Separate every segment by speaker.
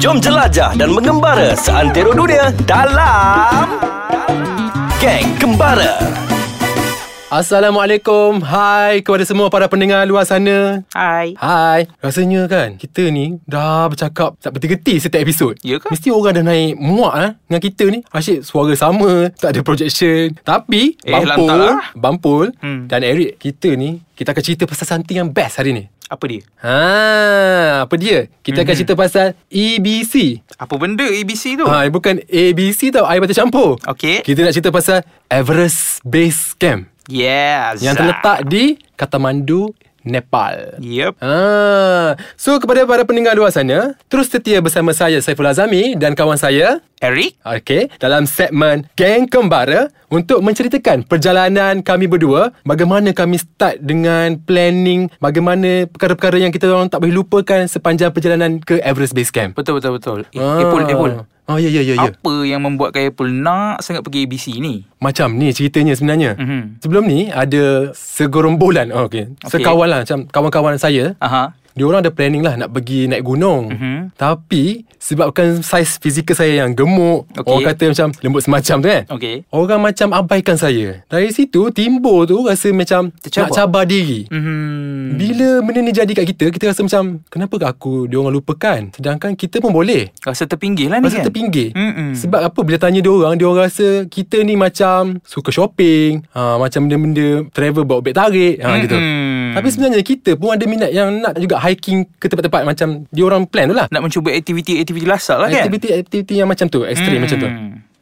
Speaker 1: Jom jelajah dan mengembara seantero dunia dalam Geng Kembara.
Speaker 2: Assalamualaikum. Hai kepada semua para pendengar luar sana.
Speaker 3: Hai.
Speaker 2: Hai. Rasanya kan kita ni dah bercakap tak berhenti-henti setiap episod.
Speaker 3: Ya ke?
Speaker 2: Mesti orang dah naik muak eh dengan kita ni. Asyik suara sama, tak ada projection. Tapi
Speaker 3: Eh,
Speaker 2: Bampul,
Speaker 3: lantak lah.
Speaker 2: Bampul
Speaker 3: Hmm.
Speaker 2: dan Eric kita ni kita akan cerita pasal something yang best hari ni.
Speaker 3: Apa dia?
Speaker 2: Ha, apa dia? Kita
Speaker 3: Mhm.
Speaker 2: akan cerita pasal EBC.
Speaker 3: Apa benda ABC tu?
Speaker 2: Ha, bukan ABC tau, air batu campur.
Speaker 3: Oh. Okey.
Speaker 2: Kita nak cerita pasal Everest Base Camp.
Speaker 3: Yes.
Speaker 2: Yang terletak di Kathmandu, Nepal.
Speaker 3: Yep.
Speaker 2: Ah, so kepada para pendengar luar sana, terus setia bersama saya Saiful Azami dan kawan saya
Speaker 3: Eric?
Speaker 2: Okey, dalam segmen Geng Kembara untuk menceritakan perjalanan kami berdua, bagaimana kami start dengan planning, bagaimana perkara-perkara yang kita orang tak boleh lupakan sepanjang perjalanan ke Everest Base Camp.
Speaker 3: Betul, betul, betul. Eh, ah. Apple, Apple.
Speaker 2: Oh, ya, ya, ya, ya.
Speaker 3: Apa yang membuatkan Apple nak sangat pergi ABC ni?
Speaker 2: Macam ni ceritanya sebenarnya.
Speaker 3: Mhm.
Speaker 2: Sebelum ni ada segorombolan, oh, okey.
Speaker 3: Okey.
Speaker 2: Sekawan lah, macam kawan-kawan saya.
Speaker 3: Aha.
Speaker 2: Dia orang ada planning lah nak pergi naik gunung.
Speaker 3: Mhm.
Speaker 2: Tapi sebabkan saiz fizikal saya yang gemuk, okay.
Speaker 3: Okey.
Speaker 2: orang kata macam lembut semacam tu kan.
Speaker 3: Okey.
Speaker 2: Orang macam abaikan saya. Dari situ timbul tu rasa macam
Speaker 3: Tercabar.
Speaker 2: nak cabar diri. Mm.
Speaker 3: Hmm.
Speaker 2: Bila benda ni jadi kat kita, kita rasa macam kenapa ke aku dia orang lupakan sedangkan kita pun boleh.
Speaker 3: Rasa terpinggir lah ni
Speaker 2: Rasa
Speaker 3: kan?
Speaker 2: terpinggir
Speaker 3: Mm-mm.
Speaker 2: Sebab apa Bila tanya dia orang Dia orang rasa Kita ni macam Suka shopping ha, Macam benda-benda Travel bawa beg tarik ha, gitu.
Speaker 3: Mm-mm.
Speaker 2: Tapi sebenarnya kita pun ada minat Yang nak juga hiking Ke tempat-tempat Macam dia orang plan tu lah
Speaker 3: Nak mencuba aktiviti-aktiviti lasak lah kan?
Speaker 2: Aktiviti-aktiviti yang macam tu Ekstrim
Speaker 3: Mm.
Speaker 2: macam tu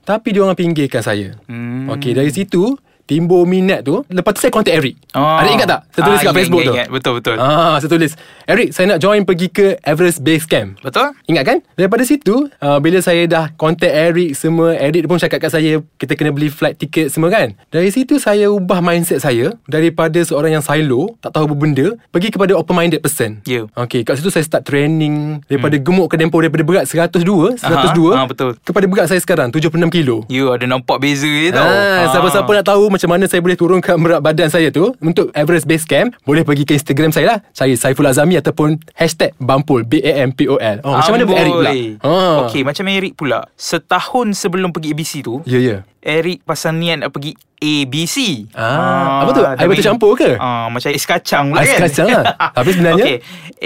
Speaker 2: Tapi dia orang pinggirkan saya
Speaker 3: Hmm.
Speaker 2: Okey dari situ Timbul minat tu Lepas tu saya contact Eric
Speaker 3: Ah.
Speaker 2: Ada ingat tak? Saya tulis
Speaker 3: Ah,
Speaker 2: kat
Speaker 3: ingat,
Speaker 2: Facebook
Speaker 3: ingat,
Speaker 2: tu
Speaker 3: ingat. Betul, betul.
Speaker 2: ah, Saya tulis Eric saya nak join pergi ke Everest Base Camp
Speaker 3: Betul?
Speaker 2: Ingat kan? Daripada situ, uh, bila saya dah contact Eric semua, Eric pun cakap kat saya, kita kena beli flight ticket semua kan? Dari situ saya ubah mindset saya daripada seorang yang silo, tak tahu benda, pergi kepada open-minded person.
Speaker 3: Ya.
Speaker 2: Okay, kat situ saya start training daripada hmm. gemuk ke dempo daripada berat 102, 102
Speaker 3: Aha, ah, betul.
Speaker 2: kepada berat saya sekarang 76 kilo.
Speaker 3: You ada nampak beza je tau.
Speaker 2: Ah, siapa-siapa nak tahu macam mana saya boleh turunkan berat badan saya tu untuk Everest Base Camp, boleh pergi ke Instagram saya lah. Cari Saiful Azami ataupun hashtag Bampol, B-A-M-P-O-L. Oh, macam mana buat Eric pula?
Speaker 3: Ah. Okey, macam Eric pula. Setahun sebelum pergi ABC tu,
Speaker 2: Ya, ya.
Speaker 3: Eric pasal niat nak pergi ABC.
Speaker 2: Ah, apa tu? Air
Speaker 3: tapi-
Speaker 2: batu campur ke?
Speaker 3: Ah, macam ais kacang pula
Speaker 2: Ais
Speaker 3: kan?
Speaker 2: kacang lah. Tapi sebenarnya- Mhm.
Speaker 3: Okey,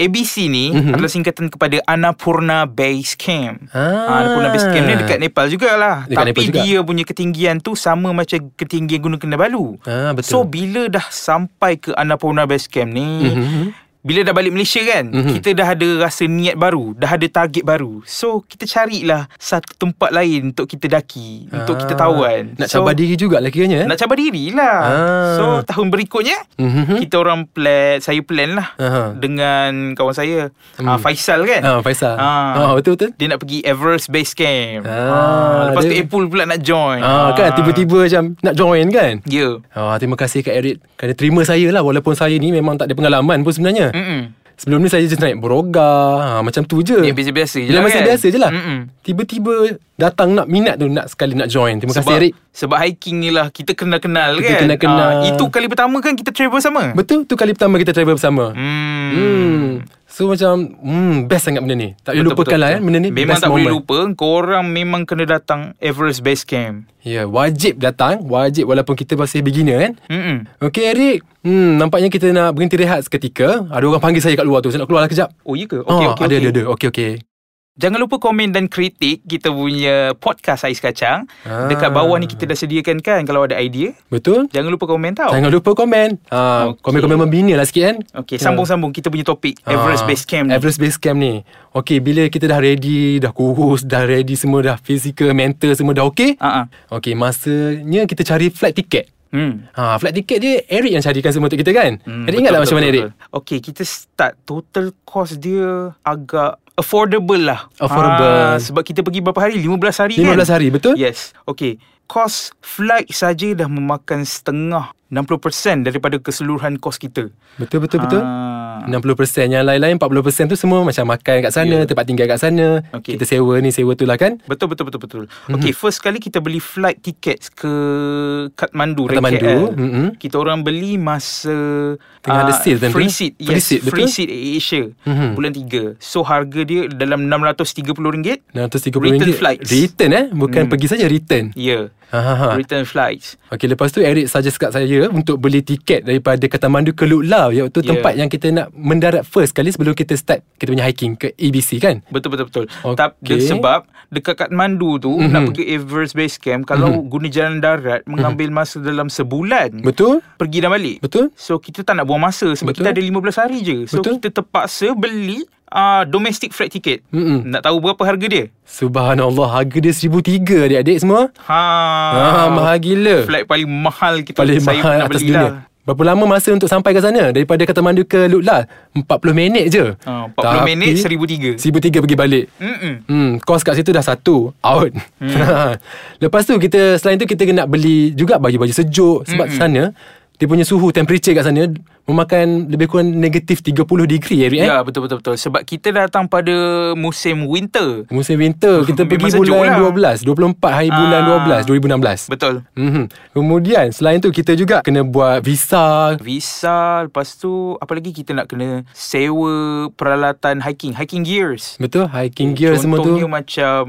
Speaker 3: ABC ni mm-hmm. adalah singkatan kepada Annapurna Base Camp.
Speaker 2: Ah.
Speaker 3: Annapurna Base Camp ni dekat Nepal jugalah.
Speaker 2: Dekat
Speaker 3: Tapi
Speaker 2: Nepal juga.
Speaker 3: dia punya ketinggian tu sama macam ketinggian Gunung Kinabalu.
Speaker 2: Ah, betul.
Speaker 3: So, bila dah sampai ke Annapurna Base Camp ni,
Speaker 2: Mhm.
Speaker 3: bila dah balik Malaysia kan mm-hmm. Kita dah ada rasa niat baru Dah ada target baru So kita carilah Satu tempat lain Untuk kita daki
Speaker 2: Ah.
Speaker 3: Untuk kita tawan
Speaker 2: Nak
Speaker 3: so,
Speaker 2: cabar diri jugalah kiranya. eh?
Speaker 3: Nak cabar diri lah
Speaker 2: Ah.
Speaker 3: So tahun berikutnya
Speaker 2: Mhm.
Speaker 3: Kita orang plan Saya plan lah
Speaker 2: Aha.
Speaker 3: Dengan kawan saya ah, Faisal kan
Speaker 2: Ah, Faisal. Ah, betul-betul.
Speaker 3: Dia nak pergi Everest Base Camp
Speaker 2: Ah,
Speaker 3: Lepas tu
Speaker 2: dia-
Speaker 3: Apple pula nak join
Speaker 2: Ah, kan tiba-tiba macam nak join kan?
Speaker 3: Ya yeah.
Speaker 2: Ah, terima kasih Kak Eric kerana terima saya lah walaupun saya ni memang tak ada pengalaman pun sebenarnya.
Speaker 3: Mm-mm.
Speaker 2: Sebelum ni saya just naik beroga ha, Macam tu je
Speaker 3: Yang biasa-biasa
Speaker 2: Yang
Speaker 3: je lah
Speaker 2: biasa
Speaker 3: kan?
Speaker 2: biasa je lah
Speaker 3: Mm-mm.
Speaker 2: Tiba-tiba datang nak minat tu Nak sekali nak join Terima kasih Eric
Speaker 3: sebab hiking ni lah Kita kenal-kenal
Speaker 2: Kita
Speaker 3: kan
Speaker 2: kenal-kenal.
Speaker 3: Ah, Itu kali pertama kan Kita travel sama
Speaker 2: Betul tu kali pertama kita travel bersama
Speaker 3: Hmm.
Speaker 2: Hmm. So macam hmm, Best sangat benda ni Tak boleh
Speaker 3: Betul,
Speaker 2: lupakan
Speaker 3: betul,
Speaker 2: lah kan
Speaker 3: betul.
Speaker 2: Benda ni
Speaker 3: Memang
Speaker 2: best
Speaker 3: tak
Speaker 2: moment.
Speaker 3: boleh lupa Korang memang kena datang Everest Base Camp
Speaker 2: Ya yeah, wajib datang Wajib walaupun kita masih beginner kan
Speaker 3: Mm-mm.
Speaker 2: Okay Eric hmm, Nampaknya kita nak berhenti rehat seketika Ada orang panggil saya kat luar tu Saya nak keluar lah kejap
Speaker 3: Oh ya ke? Okay,
Speaker 2: Ah,
Speaker 3: okay,
Speaker 2: ada,
Speaker 3: okay.
Speaker 2: ada, ada. Okay, okay.
Speaker 3: Jangan lupa komen dan kritik Kita punya podcast Ais Kacang
Speaker 2: Ah.
Speaker 3: Dekat bawah ni kita dah sediakan kan Kalau ada idea
Speaker 2: Betul?
Speaker 3: Jangan lupa komen tau
Speaker 2: Jangan lupa komen. Ha,
Speaker 3: Okey.
Speaker 2: Komen-komen membina lah sikit kan.
Speaker 3: Okay,
Speaker 2: Ya.
Speaker 3: sambung-sambung kita punya topik Everest
Speaker 2: Ah,
Speaker 3: Base Camp ni
Speaker 2: Everest Base Camp ni Okay bila kita dah ready Dah kurus Dah ready semua Dah physical Mental semua dah okay
Speaker 3: Ah, ah.
Speaker 2: Okay masanya Kita cari flight ticket
Speaker 3: Hmm.
Speaker 2: Ha, flight ticket dia Eric yang carikan semua untuk kita kan hmm, Eric ingat tak macam mana Eric?
Speaker 3: Okay, kita start total cost dia agak affordable lah.
Speaker 2: Affordable.
Speaker 3: Ah, sebab kita pergi berapa hari? 15 hari
Speaker 2: 15
Speaker 3: kan?
Speaker 2: hari betul?
Speaker 3: Yes. Okay. Kos flight saja dah memakan setengah 60% daripada keseluruhan kos kita.
Speaker 2: Betul betul betul
Speaker 3: Ah, Ah.
Speaker 2: 60% Yang lain-lain 40% tu semua Macam makan kat sana yeah. Tempat tinggal kat sana
Speaker 3: Okey.
Speaker 2: okay. Kita sewa ni sewa tu lah kan
Speaker 3: Betul betul betul betul.
Speaker 2: Mhm.
Speaker 3: Mm-hmm. Okay, first kali kita beli flight tickets ke Kathmandu, Rank
Speaker 2: Kathmandu,
Speaker 3: KL.
Speaker 2: mm-mm.
Speaker 3: Kita orang beli masa
Speaker 2: Tengah ada
Speaker 3: ah,
Speaker 2: sale time tu,
Speaker 3: free
Speaker 2: eh?
Speaker 3: seat.
Speaker 2: Free
Speaker 3: Yes,
Speaker 2: seat, betul? Mhm.
Speaker 3: free seat Asia mm-hmm. bulan 3. So harga dia dalam RM630.
Speaker 2: RM630
Speaker 3: Return flights. Hmm.
Speaker 2: Return eh Bukan pergi saja return
Speaker 3: Ya. Yeah.
Speaker 2: ha, ha, ha.
Speaker 3: Return flights.
Speaker 2: Okay lepas tu Eric suggest kat saya Untuk beli tiket Daripada Katamandu ke Luklau Iaitu
Speaker 3: Yeah.
Speaker 2: yeah. tempat yang kita nak Mendarat first kali Sebelum kita start Kita punya hiking Ke ABC kan
Speaker 3: Betul betul betul. Okay.
Speaker 2: Okey.
Speaker 3: Tapi sebab dekat Kathmandu tu
Speaker 2: Mhm.
Speaker 3: mm-hmm. nak pergi Everest Base Camp kalau mm-hmm. guna jalan darat mengambil masa dalam sebulan.
Speaker 2: Betul
Speaker 3: Pergi dan balik.
Speaker 2: Betul
Speaker 3: So kita tak nak buang masa sebab
Speaker 2: Betul.
Speaker 3: kita ada 15 hari je. So
Speaker 2: Betul.
Speaker 3: kita terpaksa beli uh, domestic flight ticket.
Speaker 2: Mm-mm.
Speaker 3: Nak tahu berapa harga dia?
Speaker 2: Subhanallah Harga dia RM1,300 adik-adik semua
Speaker 3: Ha.
Speaker 2: ah, Mahal gila
Speaker 3: Flight paling mahal kita
Speaker 2: Paling
Speaker 3: saya
Speaker 2: mahal
Speaker 3: nak
Speaker 2: atas
Speaker 3: belilah.
Speaker 2: dunia Berapa lama masa untuk sampai ke sana Daripada Katamandu ke Lukla 40 minit je
Speaker 3: Ah, 40 minit, 1,300.
Speaker 2: 1,300 pergi balik
Speaker 3: Mm-mm.
Speaker 2: Hmm, kos kat situ dah satu Out hmm. Lepas tu kita Selain tu kita kena nak beli Juga baju-baju sejuk Sebab hmm. sana Dia punya suhu Temperature kat sana Memakan lebih kurang Negatif 30 degree Eric eh?
Speaker 3: Ya betul betul betul sebab kita datang pada musim winter.
Speaker 2: Musim winter Kita
Speaker 3: Memang
Speaker 2: pergi
Speaker 3: sejuk
Speaker 2: bulan
Speaker 3: lah.
Speaker 2: 12 24 hari bulan
Speaker 3: Ah.
Speaker 2: 12 2016
Speaker 3: Betul.
Speaker 2: mm-hmm. Kemudian Selain tu kita juga Kena buat visa
Speaker 3: Visa Lepas tu Apa lagi kita nak kena Sewa Peralatan hiking Hiking gears
Speaker 2: Betul Hiking gear semua tu
Speaker 3: Oh, Contohnya macam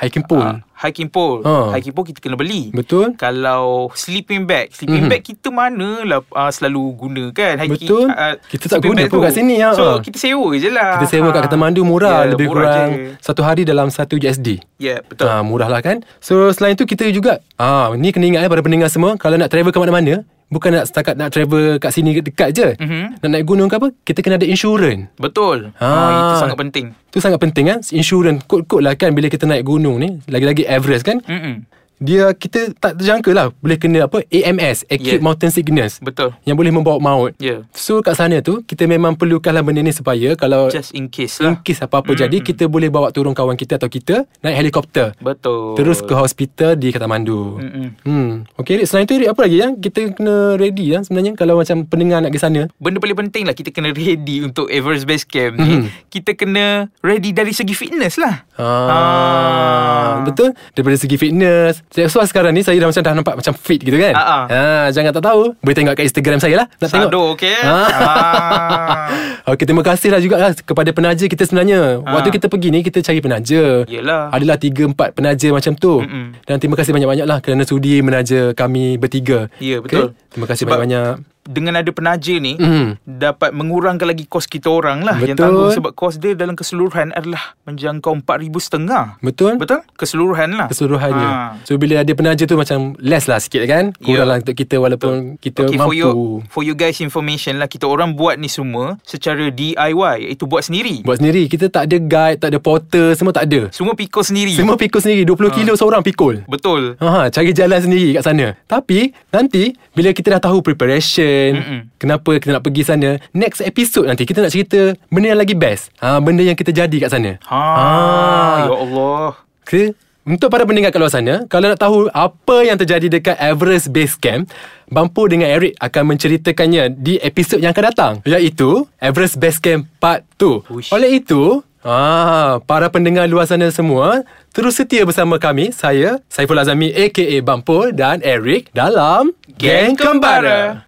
Speaker 2: Hiking pole
Speaker 3: ah, Hiking pole
Speaker 2: Ha.
Speaker 3: Hiking pole kita kena beli
Speaker 2: Betul
Speaker 3: Kalau sleeping bag Sleeping
Speaker 2: Mhm.
Speaker 3: bag kita manalah uh, Selalu guna kan hiking,
Speaker 2: Betul.
Speaker 3: ah,
Speaker 2: Kita tak
Speaker 3: sleeping
Speaker 2: guna
Speaker 3: bag
Speaker 2: pun
Speaker 3: tu.
Speaker 2: kat sini, ha.
Speaker 3: So kita sewa je lah
Speaker 2: Kita sewa kat
Speaker 3: Ha.
Speaker 2: Katamandu murah
Speaker 3: Ya,
Speaker 2: yeah, Lebih
Speaker 3: murah
Speaker 2: kurang
Speaker 3: je.
Speaker 2: Satu hari dalam satu USD
Speaker 3: Ya yeah, betul
Speaker 2: Ah, murah lah kan So selain tu kita juga ah Ni kena ingat eh para pendengar semua Kalau nak travel ke mana-mana Bukan nak setakat nak travel kat sini dekat je
Speaker 3: Mhm.
Speaker 2: Nak naik gunung ke apa Kita kena ada insurans
Speaker 3: Betul ha.
Speaker 2: Ah.
Speaker 3: Itu sangat penting
Speaker 2: Tu sangat penting kan Insurans Kod-kod lah kan Bila kita naik gunung ni Lagi-lagi Everest kan
Speaker 3: Mm-mm.
Speaker 2: Dia kita tak terjangka lah Boleh kena apa AMS Acute
Speaker 3: Yeah.
Speaker 2: Mountain Sickness
Speaker 3: Betul
Speaker 2: Yang boleh membawa maut
Speaker 3: Ya yeah.
Speaker 2: So kat sana tu Kita memang perlukanlah benda ni Supaya kalau
Speaker 3: Just in case
Speaker 2: In
Speaker 3: lah
Speaker 2: case apa-apa mm. jadi Kita boleh bawa turun kawan kita Atau kita Naik helikopter
Speaker 3: Betul
Speaker 2: Terus ke hospital Di Katamandu mm.
Speaker 3: Mm-mm.
Speaker 2: Hmm. Okay, Rik, selain tu Rik, apa lagi yang kita kena ready ya sebenarnya kalau macam pendengar nak ke sana?
Speaker 3: Benda paling penting lah Kita kena ready Untuk Everest Base Camp
Speaker 2: Mhm.
Speaker 3: ni Kita kena Ready dari segi fitness lah Ah.
Speaker 2: Ah, betul. Daripada segi fitness. Saya so, sekarang ni saya dah macam dah nampak macam fit gitu kan.
Speaker 3: Ah, ah.
Speaker 2: Ah, jangan tak tahu. Boleh tengok kat Instagram saya lah. Nak tengok.
Speaker 3: Sado okay
Speaker 2: Ah.
Speaker 3: ah.
Speaker 2: Okey, terima kasih lah jugalah kepada penaja kita sebenarnya. Ha. Waktu kita pergi ni, kita cari penaja.
Speaker 3: Yelah.
Speaker 2: Adalah 3-4 penaja macam tu.
Speaker 3: Ya. Mm-mm.
Speaker 2: Dan terima kasih banyak-banyak lah kerana sudi menaja kami bertiga.
Speaker 3: Ya, betul.
Speaker 2: Okey? Terima kasih
Speaker 3: Sebab-
Speaker 2: banyak-banyak.
Speaker 3: Dengan ada penaja ni
Speaker 2: Mm.
Speaker 3: Dapat mengurangkan lagi Kos kita orang lah
Speaker 2: Betul.
Speaker 3: Yang tanggung Sebab kos dia dalam keseluruhan Adalah menjangkau RM4,500
Speaker 2: Betul?
Speaker 3: Betul? Keseluruhan lah
Speaker 2: keseluruhannya.
Speaker 3: Ah.
Speaker 2: So bila ada penaja tu macam less lah sikit kan.
Speaker 3: Ya.
Speaker 2: Kurang lah untuk kita walaupun kita
Speaker 3: Okay, for
Speaker 2: mampu.
Speaker 3: you for you guys information lah kita orang buat ni semua secara DIY itu buat sendiri.
Speaker 2: Buat sendiri Kita tak ada guide Tak ada porter Semua tak ada
Speaker 3: Semua pikul sendiri.
Speaker 2: Semua pikul sendiri
Speaker 3: Ha.
Speaker 2: 20 kilo seorang pikul
Speaker 3: Betul.
Speaker 2: Ha, cari jalan sendiri kat sana. Tapi nanti bila kita dah tahu preparation,
Speaker 3: Mm-mm.
Speaker 2: kenapa kita nak pergi sana, next episode nanti kita nak cerita benda yang lagi best. Ha, benda yang kita jadi kat sana.
Speaker 3: Ha,
Speaker 2: Ah.
Speaker 3: ya Allah.
Speaker 2: Okay. Untuk para pendengar kat luar sana, kalau nak tahu apa yang terjadi dekat Everest Base Camp, Bampu dengan Eric akan menceritakannya di episod yang akan datang, iaitu Everest Base Camp Part 2.
Speaker 3: Uish.
Speaker 2: Oleh itu, ah, para pendengar luar sana semua, terus setia bersama kami, saya, Saiful Azami aka Bampu dan Eric dalam
Speaker 3: Geng Kembara.